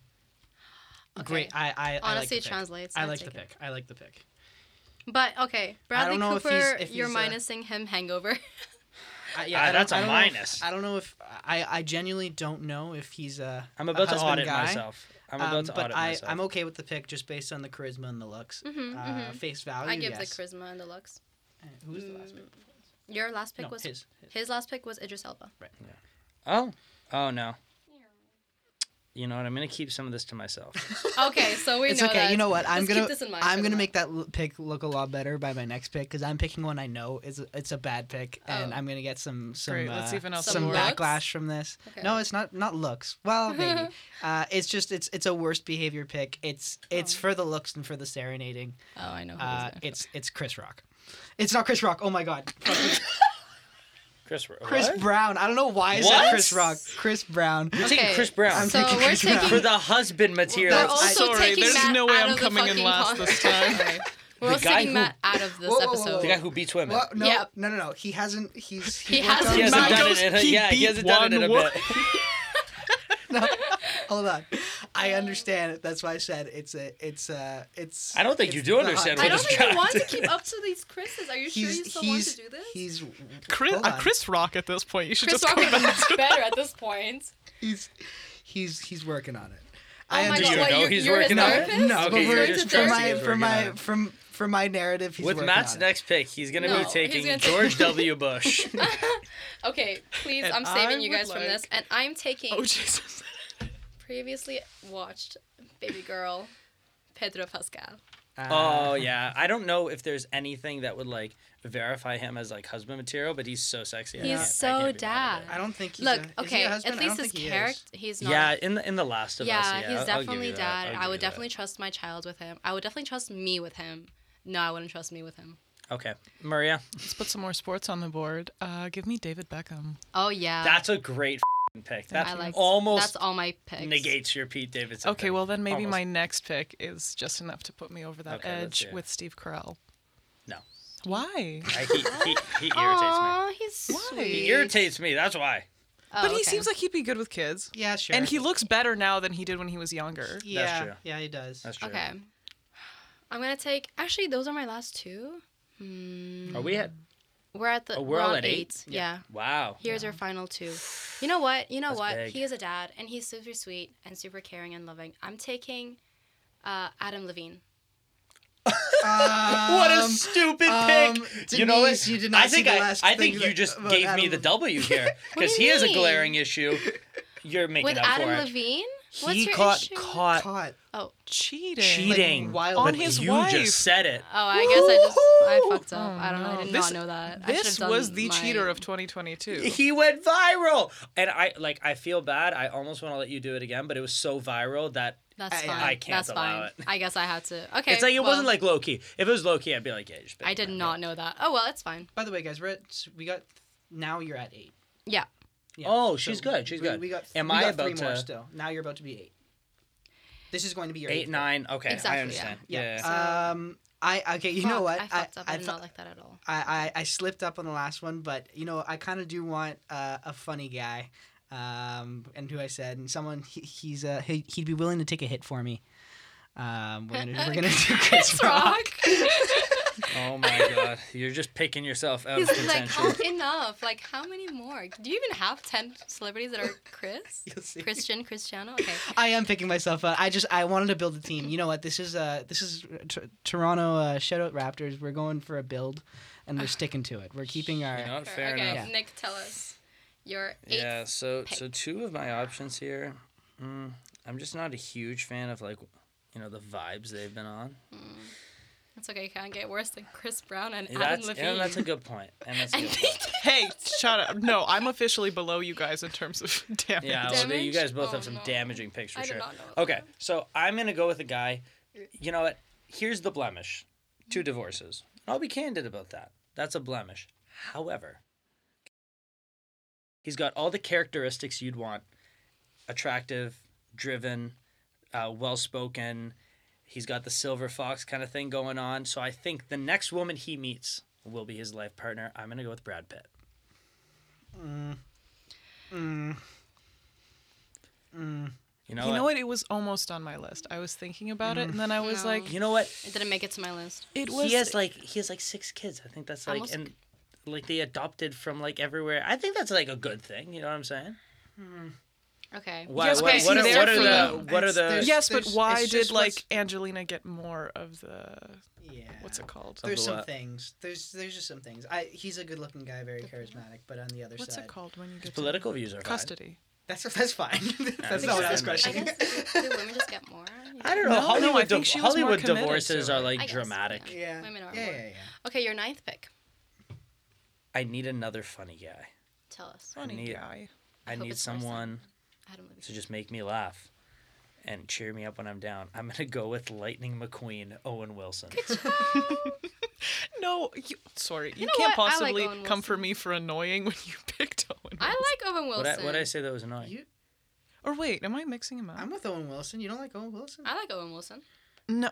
E: Great. I I I like
C: Honestly,
E: the
C: it
E: pick.
C: translates.
E: I
C: I'll
E: like the
C: take it.
E: pick. I like the pick.
C: But okay, Bradley
E: know if
C: Cooper,
E: he's- if
C: you're
E: he's, uh,
C: minusing him hangover.
B: Ah,
E: I, I don't-
B: that's a
E: I don't know if-
B: minus.
E: I don't know if I I genuinely don't know if he's a.
B: I'm
E: a
B: about to
E: husband
B: audit
E: guy.
B: myself. I'm about
E: Um,
B: to
E: but
B: audit
E: I,
B: myself.
E: I'm okay with the pick just based on the charisma and the looks.
C: Mhm,
E: uh,
C: mhm.
E: Face value.
C: I give
E: yes.
C: the charisma and the looks.
E: Uh, Who was the last pick?
C: Your last pick
E: no,
C: was
E: his. his.
C: his last pick was Idris Elba.
B: Oh, oh no. You know what? I'm gonna keep some of this to myself.
C: Okay, so we
E: It's
C: know
E: okay.
C: that.
E: You know what? I'm
C: Just keep
E: gonna
C: this in mind
E: I'm
C: for the
E: gonna
C: next-
E: make that l- pick look a lot better by my next pick because I'm picking one I know is it's a bad pick and
C: Oh.
E: I'm gonna get some some
D: Great, let's
E: uh,
D: see if it else
E: some
D: works.
E: backlash from this.
C: Okay.
E: No, it's not not looks. Well, maybe uh, it's just it's it's a worst behavior pick. It's it's
C: Oh.
E: for the looks and for the serenading.
C: Oh, I know. Who
E: Uh,
C: it is
E: it's it's Chris Rock. It's not Chris Rock. Oh my God,
B: Chris. Ro-
E: Chris
B: what?
E: Brown. I don't know why I said
B: What?
E: Chris Rock. Chris Brown.
B: You're taking
C: Okay,
B: Chris Brown.
E: I'm
C: so
E: taking
C: we're
E: Chris Brown.
C: taking
B: for the husband material.
C: We're also
D: sorry,
C: taking
D: there's
C: Matt
D: no way
C: out
D: I'm
C: of the
D: coming in
C: fucking
D: last this
C: contest.
D: time.
C: We're also
B: guy
C: taking
B: who-
C: Matt out of this
E: Whoa, whoa, whoa,
C: episode.
B: the guy who beats women.
E: Well, no,
C: Yeah.
E: no, no, no. He hasn't. He's
C: He
E: worked
C: hasn't
E: on
B: He
E: his-
B: hasn't
D: Matt
B: done
D: goes,
B: it in a,
D: he
B: yeah, he
D: beat
B: hasn't done it in a
D: one
B: bit.
E: No, hold on. I understand it. That's why I said it's a, it's a, it's.
B: I don't think
E: it's
B: you do
E: the
B: understand
E: hot-
C: I
B: what
C: don't
B: this
C: think
B: guy
C: you want to
B: did.
C: keep up to these Chris's. Are you sure you
E: He's,
C: still want
E: he's,
C: to do this?
E: he's,
D: Chris,
E: hold
D: uh,
E: on.
D: Chris Rock at this point. You should
C: Chris
D: just
C: Rock
D: go
C: would
D: back.
C: be better at this point.
E: he's, he's, he's working on it.
C: Oh my
B: Do you
C: god,
E: understand.
C: what,
B: know
C: you're,
B: he's
C: you're his
B: working on it?
C: therapist?
E: No,
B: Okay,
E: but
B: you're
E: we're,
C: He's
B: just
C: a
E: from
B: trusting
E: my,
B: he's
C: therapist?
B: working
E: from
B: on
E: my,
B: it.
E: from, for my narrative. He's
B: With
E: working
B: Matt's
E: on it.
B: next pick, he's going to
C: No,
B: be
C: he's
B: taking
C: gonna take-
B: George W. Bush.
C: Okay, please,
D: And
C: I'm saving
D: I
C: you
D: would
C: guys from this,
D: like-
C: and I'm taking
D: Oh Jesus!
C: previously watched baby girl Pedro Pascal.
B: oh, yeah. I don't know if there's anything that would, like, verify him as, like, husband material, but he's so sexy. I
C: He's
B: can't- I
C: so
B: can't be mad at
C: dad.
B: it.
E: I don't think he's
C: Look,
E: a, is he
C: okay,
E: a
C: at
E: husband? I
C: least
E: don't
C: his
E: think he is.
C: character, he's not.
B: Yeah, in the in the Last of Us. Yeah,
C: yeah, he's
B: I'll- I'll give
C: definitely
B: you that.
C: dad.
B: I'll
C: I
B: give
C: would
B: you that.
C: definitely trust my child with him. I would definitely trust me with him. No, I wouldn't trust me with him.
B: Okay, Maria,
D: Let's put some more sports on the board. Uh, give me David Beckham.
C: Oh yeah,
B: that's a great f***ing pick. That
C: I like
B: almost
C: That's all my picks.
B: negates your Pete Davidson.
D: Okay,
B: pick.
D: well then maybe
B: Almost.
D: my next pick is just enough to put me over that
B: Okay, let's
D: edge
B: hear it.
D: with Steve Carell.
B: no.
D: Why?
B: I, he, he, he irritates me.
C: Aw, he's
D: Why?
C: sweet.
B: He irritates me. That's why.
C: Oh,
D: but he
C: okay.
D: seems like he'd be good with kids.
E: Yeah, sure.
D: And he looks better now than he did when he was younger.
E: Yeah,
B: true.
E: yeah, he does.
B: That's true.
C: Okay. I'm gonna take. Actually, those are my last two. Hmm.
B: Are we at?
C: We're at the.
B: Oh,
C: we're, on at eight. Yeah.
B: Wow.
C: Here's our final two. You know what? You know
B: That's
C: what?
B: big.
C: He is a dad, and he's super sweet and super caring and loving. I'm taking uh, Adam Levine.
E: Um,
B: What a stupid
E: um,
B: pick! you know
E: Denise,
B: what?
E: you did not
B: I think
E: see the
B: I,
E: last
B: I think
E: thing
B: you
E: that-
B: just
E: about
B: gave me
E: Adam
B: the W here
C: What do
B: because
C: you
B: he has a
C: mean?
B: glaring issue. You're making
C: With
B: up
C: Adam
B: for it.
C: Levine? What's
B: he
C: your
B: caught
C: issue?
B: caught
E: Caught.
D: Cheating.
B: cheating
E: wild-
B: but
D: On his
B: you
D: wife.
B: just said it.
C: Oh, I guess I just I
B: Woohoo!
C: fucked up. I don't know.
B: Oh,
D: no.
C: I did
D: This-
C: not know that. I
D: This
C: should've done
D: was the
C: my-
D: cheater of 2022.
B: He went viral, and I like I feel bad. I almost want to let you do it again, but it was so viral that
C: That's
E: I-
C: fine.
B: I can't
C: That's
B: allow
C: fine.
B: it.
C: I guess I had to. Okay.
B: it's like it
C: well,
B: wasn't like low key. If it was low key, I'd be like, yeah, you should
C: I did not know that. Oh well, it's fine.
E: By the way, guys, we're at, s- we got now you're at eight.
C: Yeah.
E: Yeah,
B: Oh, she's good, she's
E: we,
B: good.
E: We got.
B: Am
E: we
B: I
E: got
B: about
E: three more
B: to-
E: still? Now you're about to be eight. This is going to be your eighth
B: Eight
E: pick.
B: nine. Okay,
C: Exactly,
B: I
C: yeah.
B: understand.
E: Yeah.
B: Yeah.
E: Um. I okay. You know
C: Fuck,
E: what?
C: I fucked up. I,
E: I,
C: did
E: thought-
C: not like that at all.
E: I, I, I slipped up on the last one, but you know I kind of do want uh, a funny guy, um, and who I said and someone he, he's uh, he, he'd be willing to take a hit for me. Um, we're gonna, we're gonna do Chris
C: Chris
E: Rock.
C: Rock.
B: Oh my god, you're just picking yourself out
C: He's
B: of
C: like,
B: contention.
C: oh, enough. Like, how many more? Do you even have 10 celebrities that are Chris?
E: You'll see.
C: Christian, Cristiano? Okay.
E: I am picking myself up. I just I wanted to build a team. You know what? This is uh this is t- Toronto uh, Shadow Raptors. We're going for a build, and we're sticking to it. We're keeping our.
B: You know what?
C: Sure.
B: Fair
C: okay,
B: enough.
C: Nick, tell us your eighth.
B: Yeah, so
C: pick.
B: so two of my options here. Mm, I'm just not a huge fan of like, you know, the vibes they've been on.
C: It's okay, can't get worse than Chris Brown and Adam
B: That's
C: Levine.
B: and that's a good point. And that's a
C: And
B: good point.
D: hey, shut up. No, I'm officially below you guys in terms of damage.
B: Yeah, well, they- you guys
C: Damaged?
B: both
C: Oh,
B: have some
C: no.
B: damaging picks for
C: I did
B: sure.
C: not know that.
B: Okay, so I'm gonna go with a guy. You know what? Here's the blemish: two divorces. I'll be candid about that. That's a blemish. However, he's got all the characteristics you'd want: attractive, driven, uh, well-spoken. He's got the silver fox kind of thing going on. So I think the next woman he meets will be his life partner. I'm gonna go with Brad Pitt. Mm. You know,
D: You know
B: what?
D: what? It was almost on my list. I was thinking about it, and then I was
C: No.
D: like,
B: You know what?
C: It didn't make it to my list.
D: it was.
B: he has like he has like six kids. I think that's like
C: Almost-
B: and like they adopted from like everywhere. I think that's like a good thing. You know what I'm saying?
C: Okay.
B: Why-
D: Yes,
B: what,
D: but
B: what,
D: he's
B: are, what
D: there
B: are
D: for
B: the
E: them.
B: what are
E: It's-
B: the
E: there's-
D: yes, but why
E: it's
D: did
E: just
D: like
E: what's-
D: Angelina get more of the
E: Yeah.
D: what's it called?
B: Of the
E: There's some
B: what?
E: things. There's there's just some things. I he's a good looking guy, very charismatic, but on the other
D: What's
E: side,
D: it called when you get to
B: political views are fine.
D: custody?
E: that's that's fine. that's
B: I
E: not what I
B: guess that's-
E: was
C: I
E: questioning.
C: guess, do, do women just get more?
B: I don't know.
D: No,
B: Hollywood,
D: no, I
B: div-
D: think she was more
B: Hollywood
D: committed
B: divorces
D: to it.
B: are like
C: I guess,
B: dramatic.
C: yeah.
E: yeah.
C: Women are
E: yeah,
C: more.
E: yeah, yeah.
C: Okay, your ninth pick.
B: I need another funny guy.
C: Tell us.
D: Funny
B: need-
D: guy.
B: I,
C: hope
B: need
C: it's worse than-
B: someone
C: Adam Levine.
B: to just make me laugh and cheer me up when I'm down. I'm gonna go with Lightning McQueen, Owen Wilson.
D: No, you, sorry, you,
C: know
D: can't
C: what? I like
D: possibly
C: Owen
D: come for
C: Wilson.
D: me for annoying when you picked Owen.
C: I like Owen
B: What
C: Wilson.
B: I, what I say that was annoying.
E: You,
D: Or wait, am I mixing him up?
E: I'm with Owen Wilson. You don't like Owen Wilson?
C: I like Owen Wilson.
D: no,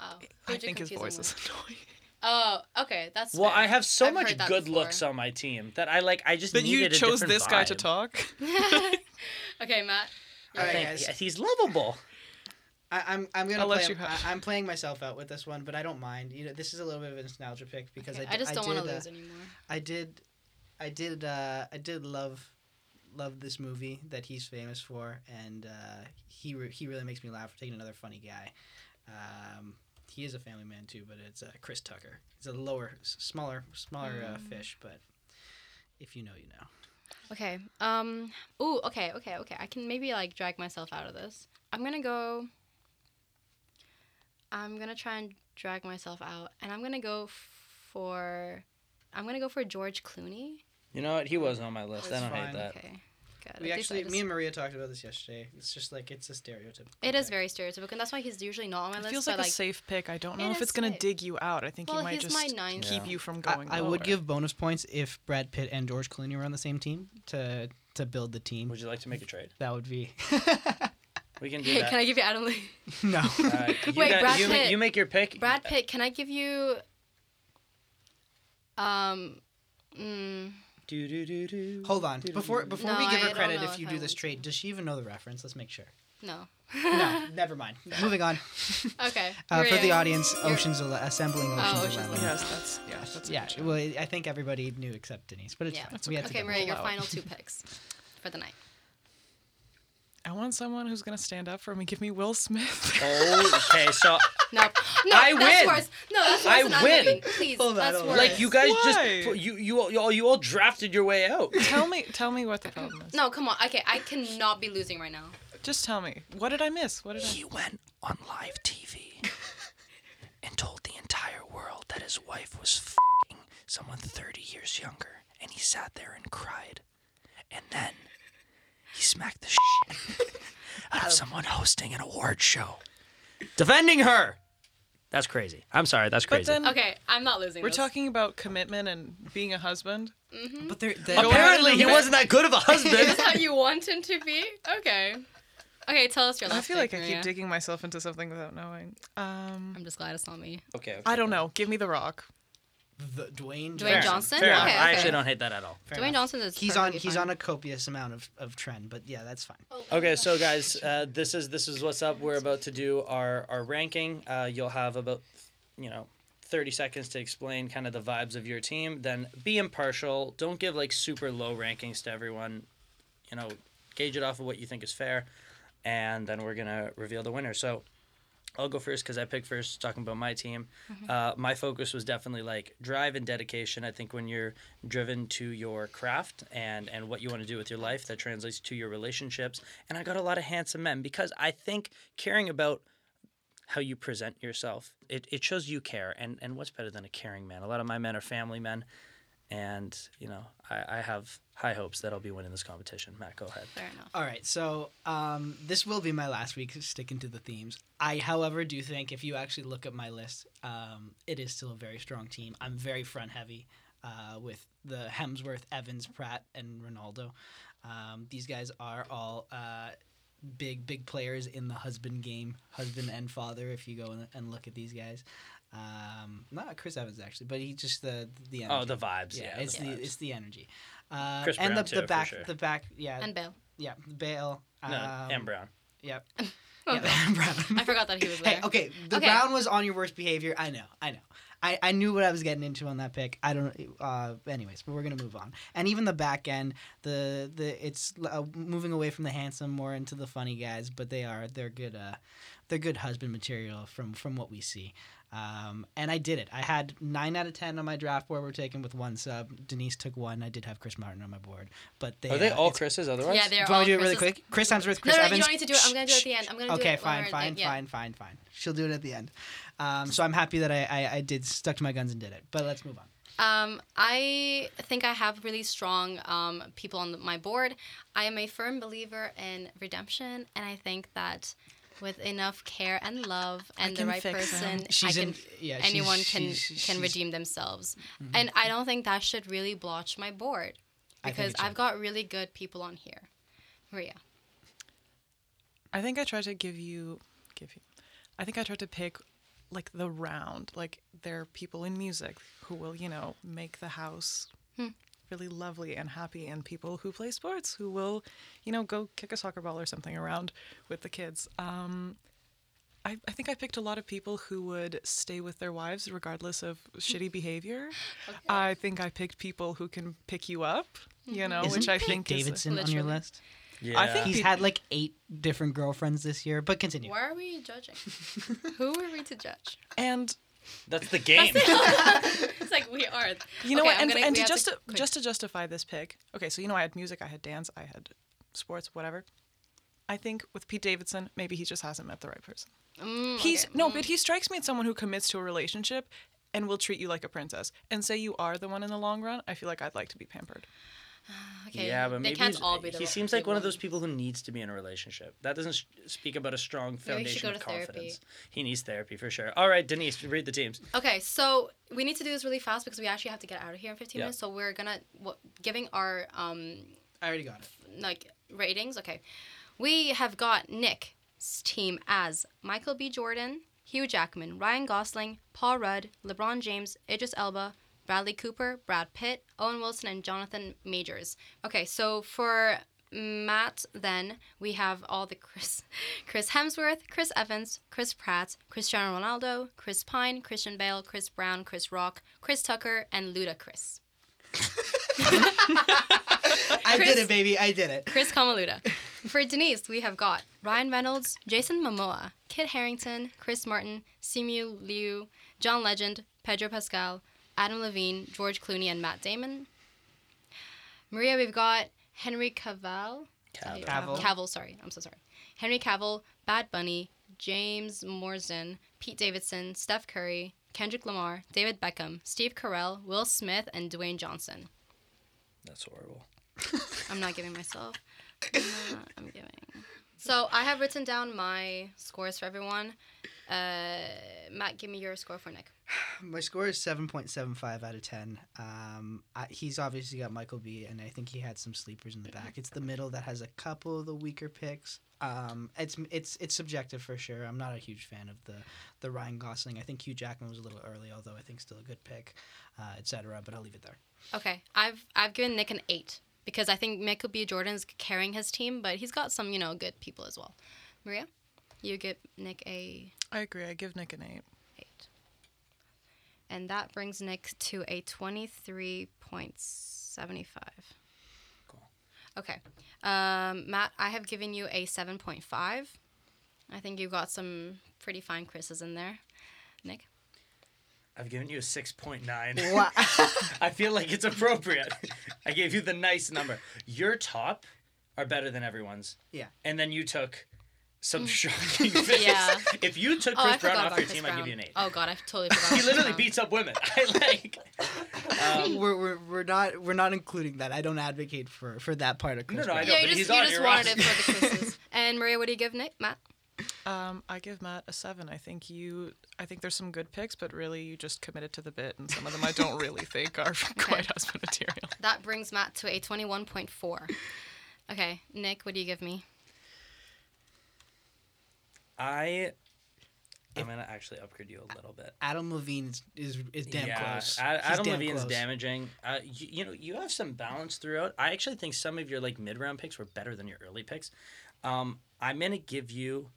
C: Oh,
D: I
C: who'd you
D: think
C: confuse
D: his
C: him
D: voice
C: with?
D: is annoying.
C: Oh, okay, that's.
B: well,
C: fair.
B: I have so
C: I've
B: much
C: heard that
B: good
C: before.
B: looks on my team that I like. I just
D: That you
B: needed a
D: chose
B: different
D: this guy to
B: vibe.
D: talk.
C: okay, Matt.
E: All right,
B: Thank-
E: guys.
B: yes, he's lovable.
E: I, I'm I'm gonna
D: I'll let
E: play,
D: you have-
E: I, am playing myself out with this one, but I don't mind. You know, this is a little bit of a nostalgia pick because
C: Okay,
E: I
C: I, just don't
E: did,
C: want to
E: uh,
C: lose anymore.
E: I did, I did, uh, I did love, love this movie that he's famous for, and uh, he re- he really makes me laugh for taking another funny guy. Um, he is a family man too, but it's uh, Chris Tucker. He's a lower, s- smaller, smaller uh, fish, but if you know, you know.
C: Okay. Um. Ooh. Okay. Okay. Okay. I can maybe like drag myself out of this. I'm gonna go. I'm gonna try and drag myself out, and I'm gonna go for. I'm gonna go for George Clooney.
B: You know what? He was on my list. I
E: That's
B: don't
E: fine.
B: hate that.
C: Okay. Good.
E: We
C: At least I
E: actually,
C: just-
E: me and Maria talked about this yesterday. It's just like it's a stereotype.
C: It is very stereotypical, and that's why he's usually not on my
D: It
C: list.
D: feels
C: but,
D: like a safe pick. I don't know
C: It
D: if
C: is
D: it's going to
C: safe.
D: dig you out. I think
C: Well,
D: you might
C: he's my
D: just
C: ninth.
D: keep
B: Yeah.
D: you from
E: I,
D: going.
E: I would
D: lower.
E: give bonus points if Brad Pitt and George Clooney were on the same team to to build the team.
B: Would you like to make a trade?
E: that would be
B: We can do
C: Hey,
B: that.
C: can I give you Adam Lee?
E: no.
B: All right, you
C: Wait,
B: got-
C: Brad
B: you, ma-
C: Pitt.
B: you make your pick.
C: Brad Pitt. Can I give you? Um. Mm,
B: Do, do, do, do.
E: Hold on. Before before we
C: No,
E: give
C: I
E: her
C: don't
E: credit,
C: know
E: if
C: if
E: you
C: I
E: do this
C: want to.
E: trait, does she even know the reference? Let's make sure.
C: no.
E: No, never mind. Moving on.
C: Okay.
E: Uh, for the
C: Maria.
E: audience,
C: You're- Oh,
E: Ocean's Ele- assembling Ocean's
C: Ocean's
E: Eleven.
C: Eleven.
D: Yes, that's yeah, that's a
E: Yeah,
D: good
E: well, I think everybody knew except Denise, but it's
C: Yeah.
E: fine.
C: That's
E: We had to
C: Okay,
E: go.
C: Maria, your
D: Pull out.
C: final two picks for the night.
D: I want someone who's going to stand up for me. Give me Will Smith.
B: okay, so
C: No, no,
B: I
C: that's
B: win.
C: worse. No, that's worse.
B: I
C: than I'm
B: win.
C: leaving. Please,
E: Hold on,
C: that's
E: hold on.
C: worse.
B: like you guys
D: Why?
B: just you you all, you all you all drafted your way out.
D: tell me, tell me what the problem is.
C: No, come on. Okay, I cannot be losing right now.
D: Just tell me. What did I miss? What did I?
B: He went on live TV and told the entire world that his wife was fing someone 30 years younger, and he sat there and cried. And then he smacked the shit out of someone hosting an award show, defending her. That's crazy. I'm sorry. That's crazy.
D: But then
C: Okay, I'm not losing.
D: we're
C: this.
D: talking about commitment and being a husband.
E: But there,
B: Apparently, he
D: Go ahead.
B: wasn't that good of a
C: Is
B: husband.
C: this how you want him to be? Okay. Okay, tell us your last.
D: I feel like
C: pick,
D: I
C: Maria.
D: keep digging myself into something without knowing. Um,
C: I'm just glad it's not me.
B: okay.
D: I don't know. Give me The Rock.
E: the Dwayne.
C: Dwayne Johnson?
B: Fair
C: Okay,
B: enough. I
C: okay.
B: actually don't hate that at all.
E: Fair
C: Dwayne
E: enough.
C: Johnson is.
E: He's on. He's on a copious amount of, of trend, but yeah, that's fine.
B: Okay, so guys, uh, this is this is what's up. We're about to do our our ranking. Uh, you'll have about you know thirty seconds to explain kind of the vibes of your team. Then be impartial. Don't give like super low rankings to everyone. You know, gauge it off of what you think is fair, and then we're gonna reveal the winner. So. I'll go first because I picked first, talking about my team. Uh, my focus was definitely like drive and dedication. I think when you're driven to your craft and, and what you want to do with your life, that translates to your relationships. And I got a lot of handsome men because I think caring about how you present yourself, it, it shows you care. And, and what's better than a caring man? A lot of my men are family men. And, you know, I, I have high hopes that I'll be winning this competition. Matt, go ahead.
C: Fair enough.
E: All right, so um, this will be my last week sticking to the themes. I, however, do think if you actually look at my list, um, it is still a very strong team. I'm very front heavy uh, with the Hemsworth, Evans, Pratt, and Ronaldo. Um, these guys are all uh, big, big players in the husband game, husband and father. If you go and- and look at these guys, um, not Chris Evans actually, but he just the the energy.
B: Oh, the vibes.
E: yeah,
B: Yeah,
E: it's the,
B: vibes.
E: it's the energy. Uh,
B: Chris
E: and
B: Brown
E: the,
B: too,
E: the
B: for
E: back
B: sure.
E: the back yeah
C: And Bill.
E: yeah, Bale. Um,
B: no, and Brown.
E: Yep.
C: Oh,
E: Yeah,
C: Bill.
E: Brown.
C: I forgot that he was there.
E: hey, okay. The
C: Okay.
E: Brown was on your worst behavior. I know. I know. I, I knew what I was getting into on that pick. I don't. Uh, anyways, but we're gonna move on. And even the back end, the the it's uh, moving away from the handsome more into the funny guys. But they are they're good. Uh, they're good husband material from from what we see. Um, and I did it. I had nine out of ten on my draft board. We're taking with one sub. Denise took one. I did have Chris Martin on my board, but they
B: Are they
E: uh,
B: all
E: it's-
B: Chris's otherwise?
C: Yeah, they're
E: do you
C: all
E: want me to do it really
C: Chris's-
E: quick? Chris Hemsworth,
C: No,
E: Chris
C: no,
E: Evans.
C: you don't need to do it. I'm gonna do it at the end. I'm gonna do
E: okay,
C: it. when
E: fine,
C: we're,
E: fine,
C: like, yeah.
E: fine, fine, fine. She'll do it at the end. Um, so I'm happy that I, I, I did stuck to my guns and did it. But let's move on.
C: Um, I think I have really strong um, people on the, my board. I am a firm believer in redemption, and I think that with enough care and love and the
D: can
C: right
D: fix
C: person,
D: them.
E: She's
C: I
E: in-
C: can,
E: yeah, she's-
C: anyone can
E: she's- she's-
C: can redeem themselves. And I don't think that should really blotch my board
E: I think
C: because
E: it should.
C: I've got really good people on here. Maria,
D: I think I tried to give you, give you. I think I tried to pick, like the round. Like there are people in music who will, you know, make the house really lovely and happy, and people who play sports who will, you know, go kick a soccer ball or something around with the kids. Um, I, I think I picked a lot of people who would stay with their wives regardless of shitty behavior. I think I picked people who can pick you up, you know,
E: Isn't
D: Oh, which I
E: Pete
D: think is
E: Davidson on your
C: Literally.
E: list?
B: Yeah.
D: I think
E: He's
D: Pe-
E: had like eight different girlfriends this year, but continue.
C: Why are we judging? Who are we to judge?
D: And
B: that's the game.
C: It's like we are.
D: you know
C: Okay,
D: what?
C: I'm
D: And,
C: gonna-
D: and
C: we
D: to
C: have to
D: just to,
C: quick-
D: just to justify this pick, okay. So you know, I had music, I had dance, I had sports, whatever. I think with Pete Davidson, maybe he just hasn't met the right person.
C: Mm,
D: He's
C: okay.
D: no, but he strikes me as someone who commits to a relationship and will treat you like a princess. And say you are the one in the long run. I feel like I'd like to be pampered.
C: Okay,
B: Yeah, but
C: they
B: maybe
C: can't
B: he's-
C: all be the
B: he
C: right-
B: seems
C: the
B: like one of those people who needs to be in a relationship. That doesn't sh- speak about a strong
C: Maybe he should
B: foundation
C: go
B: of
C: to therapy.
B: confidence. He needs therapy for sure. All right, Denise, read the teams.
C: Okay, so we need to do this really fast because we actually have to get out of here in 15
B: Yeah.
C: minutes. So we're gonna what, giving our um
E: I already got it.
C: like ratings. Okay, we have got Nick's team as Michael B. Jordan, Hugh Jackman, Ryan Gosling, Paul Rudd, LeBron James, Idris Elba, Bradley Cooper, Brad Pitt, Owen Wilson, and Jonathan Majors. Okay, so for Matt, then we have all the Chris, Chris Hemsworth, Chris Evans, Chris Pratt, Cristiano Ronaldo, Chris Pine, Christian Bale, Chris Brown, Chris Rock, Chris Tucker, and Ludacris.
E: I
C: Chris-
E: did it, baby. I did it.
C: Chris Kamaluda. For Denise, we have got Ryan Reynolds, Jason Momoa, Kit Harrington, Chris Martin, Simu Liu, John Legend, Pedro Pascal, Adam Levine, George Clooney, and Matt Damon. Maria, we've got Henry Cavill.
B: Cavill.
E: Cavill.
C: Cavill, sorry. I'm so sorry. Henry Cavill, Bad Bunny, James Morrison, Pete Davidson, Steph Curry, Kendrick Lamar, David Beckham, Steve Carell, Will Smith, and Dwayne Johnson.
B: That's horrible.
C: I'm not giving myself. I'm, not- I'm giving. So I have written down my scores for everyone. Uh, Matt, give me your score for Nick.
E: My score is 7.75 out of 10. Um, I, he's obviously got Michael B, and I think he had some sleepers in the back. It's the middle that has a couple of the weaker picks. Um, it's it's it's subjective for sure. I'm not a huge fan of the the Ryan Gosling. I think Hugh Jackman was a little early, although I think still a good pick, uh, etc. But I'll leave it there.
C: Okay, I've I've given Nick an eight because I think Michael B. Jordan's carrying his team, but he's got some you know good people as well. Maria, you give Nick a
D: I agree. I give Nick an eight.
C: eight, and that brings Nick to a twenty-three point seventy-five.
B: Cool.
C: Okay. Um, Matt, I have given you a 7.5. I think you got some pretty fine Chris's in there. Nick?
B: I've given you a 6.9. I feel like it's appropriate. I gave you the nice number. Your top are better than everyone's.
E: Yeah.
B: And then you took some shocking things.
C: Mm. Yeah.
B: If you took
C: oh,
B: Chris Brown
C: I forgot
B: off
C: about
B: your
C: Chris
B: team,
C: Brown.
B: I'd give you an 8.
C: Oh, God, I totally forgot.
B: He
C: Chris
B: literally
C: Brown.
B: beats up women. I like. Um,
E: Uh, we're, we're we're not we're not including that. I don't advocate for for that part of Chris.
B: no, I
E: Brown.
B: don't.
C: Yeah, you
B: but
C: just,
B: he's
C: you
B: on
C: just
B: your
C: wanted
B: roster.
C: it for the Chris's. and Maria, what do you give Nick? Matt?
D: Um, I give Matt a seven. I think you. I think there's some good picks, but really you just committed to the bit, and some of them I don't really think are quite husband material.
C: That brings Matt to a 21.4. Okay, Nick, what do you give me?
B: I. I'm gonna actually upgrade you a little bit.
E: Adam Levine is is, is damn close.
B: Ad-
E: He's
B: Adam
E: damn
B: Levine's
E: close.
B: damaging. Uh, you, you know, you have some balance throughout. I actually think some of your like mid round picks were better than your early picks. Um, I'm gonna give you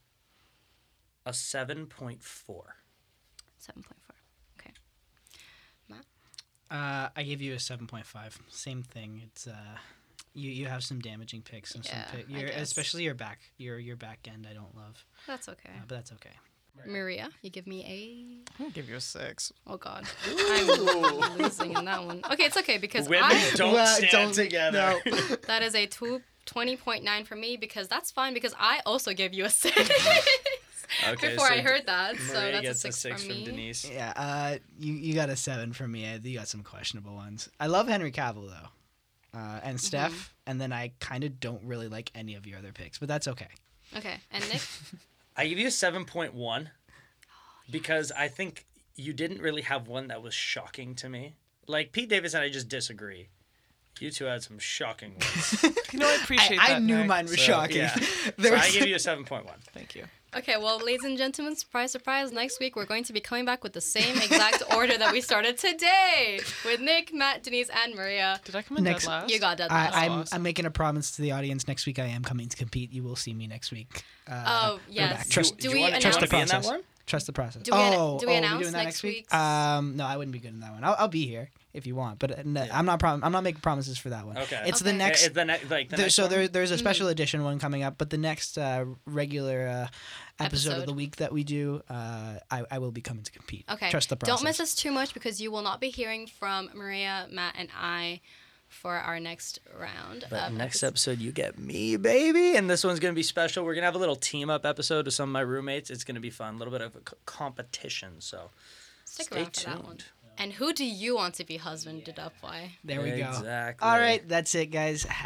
B: a seven point four.
C: 7.4. Okay.
E: Uh, I gave you a seven point five. Same thing. It's uh, you you have some damaging picks and
C: Yeah,
E: some pick,
C: I
E: your,
C: guess.
E: especially your back your your back end. I don't love,
C: That's okay.
E: uh, but that's okay.
C: Maria, you give me
D: I'm gonna give you a six.
C: a. Oh, God. I'm losing in that one. Okay, it's okay because
B: Women
C: I.
B: don't
E: Well,
B: stand
E: don't-
B: together.
C: That is a two, 20.9 for me because that's fine because I also gave you a six
B: Okay,
C: before
B: so
C: I heard that.
B: Maria
C: so that's
B: gets
C: a six, from, me.
B: Denise.
E: Yeah, uh, you you got a seven from me. Uh, You got some questionable ones. I love Henry Cavill though, uh,
C: Mm-hmm.
E: and Steph, and then I kind of don't really like any of your other picks, but that's okay.
C: Okay, and Nick,
B: I give you a seven point one because I think you didn't really have one that was shocking to me. Like Pete Davis and I just disagree. You two had some shocking ones.
D: You know, I appreciate
E: I,
D: that.
E: I knew
D: Nick.
E: mine was
B: So,
E: shocking.
B: yeah. so
E: There was-
B: I give you a seven point one.
D: Thank you.
C: okay, well, ladies and gentlemen, surprise, surprise! Next week we're going to be coming back with the same exact order that we started today with Nick, Matt, Denise, and Maria.
D: Did I come in
E: Next-
D: dead last?
C: You got that. last.
E: I, uh, I'm
D: awesome.
E: I'm making a promise to the audience. Next week I am coming to compete. You will see me next week. Uh,
C: Oh
E: we're back.
C: yes.
E: Trust-
C: do
B: you
C: we
B: wanna-
C: announce?
E: trust the
B: be in that
E: process.
B: one?
E: Trust the process. Oh,
C: Do we an- do we announce next
E: week?
C: week's-
E: Um, no, I wouldn't be good in that one. I'll, I'll be here. if you want, but uh, no,
B: Yeah.
E: I'm not prom- I'm not making promises for that one.
B: Okay.
E: It's the
C: Okay. Mm-hmm.
E: next.
B: Eh, eh, the ne- like the
E: there,
B: next
E: so
B: one?
E: there, there's a special edition one coming up, but the next uh, regular uh, episode, of
C: Episode.
E: the week that we do, uh, I, I will be coming to compete.
C: Okay.
E: Trust the process.
C: Don't miss us too much because you will not be hearing from Maria, Matt, and I for our next round.
B: But
C: of
B: next
C: episodes.
B: episode, you get me, baby. And this one's going to be special. We're going to have a little team up episode with some of my roommates. It's going to be fun. A little bit of a c- competition. So
C: Stick
B: stay
C: around for that one.
B: tuned.
C: And who do you want to be husbanded up by?
E: There we go.
B: Exactly.
E: All right, that's it, guys.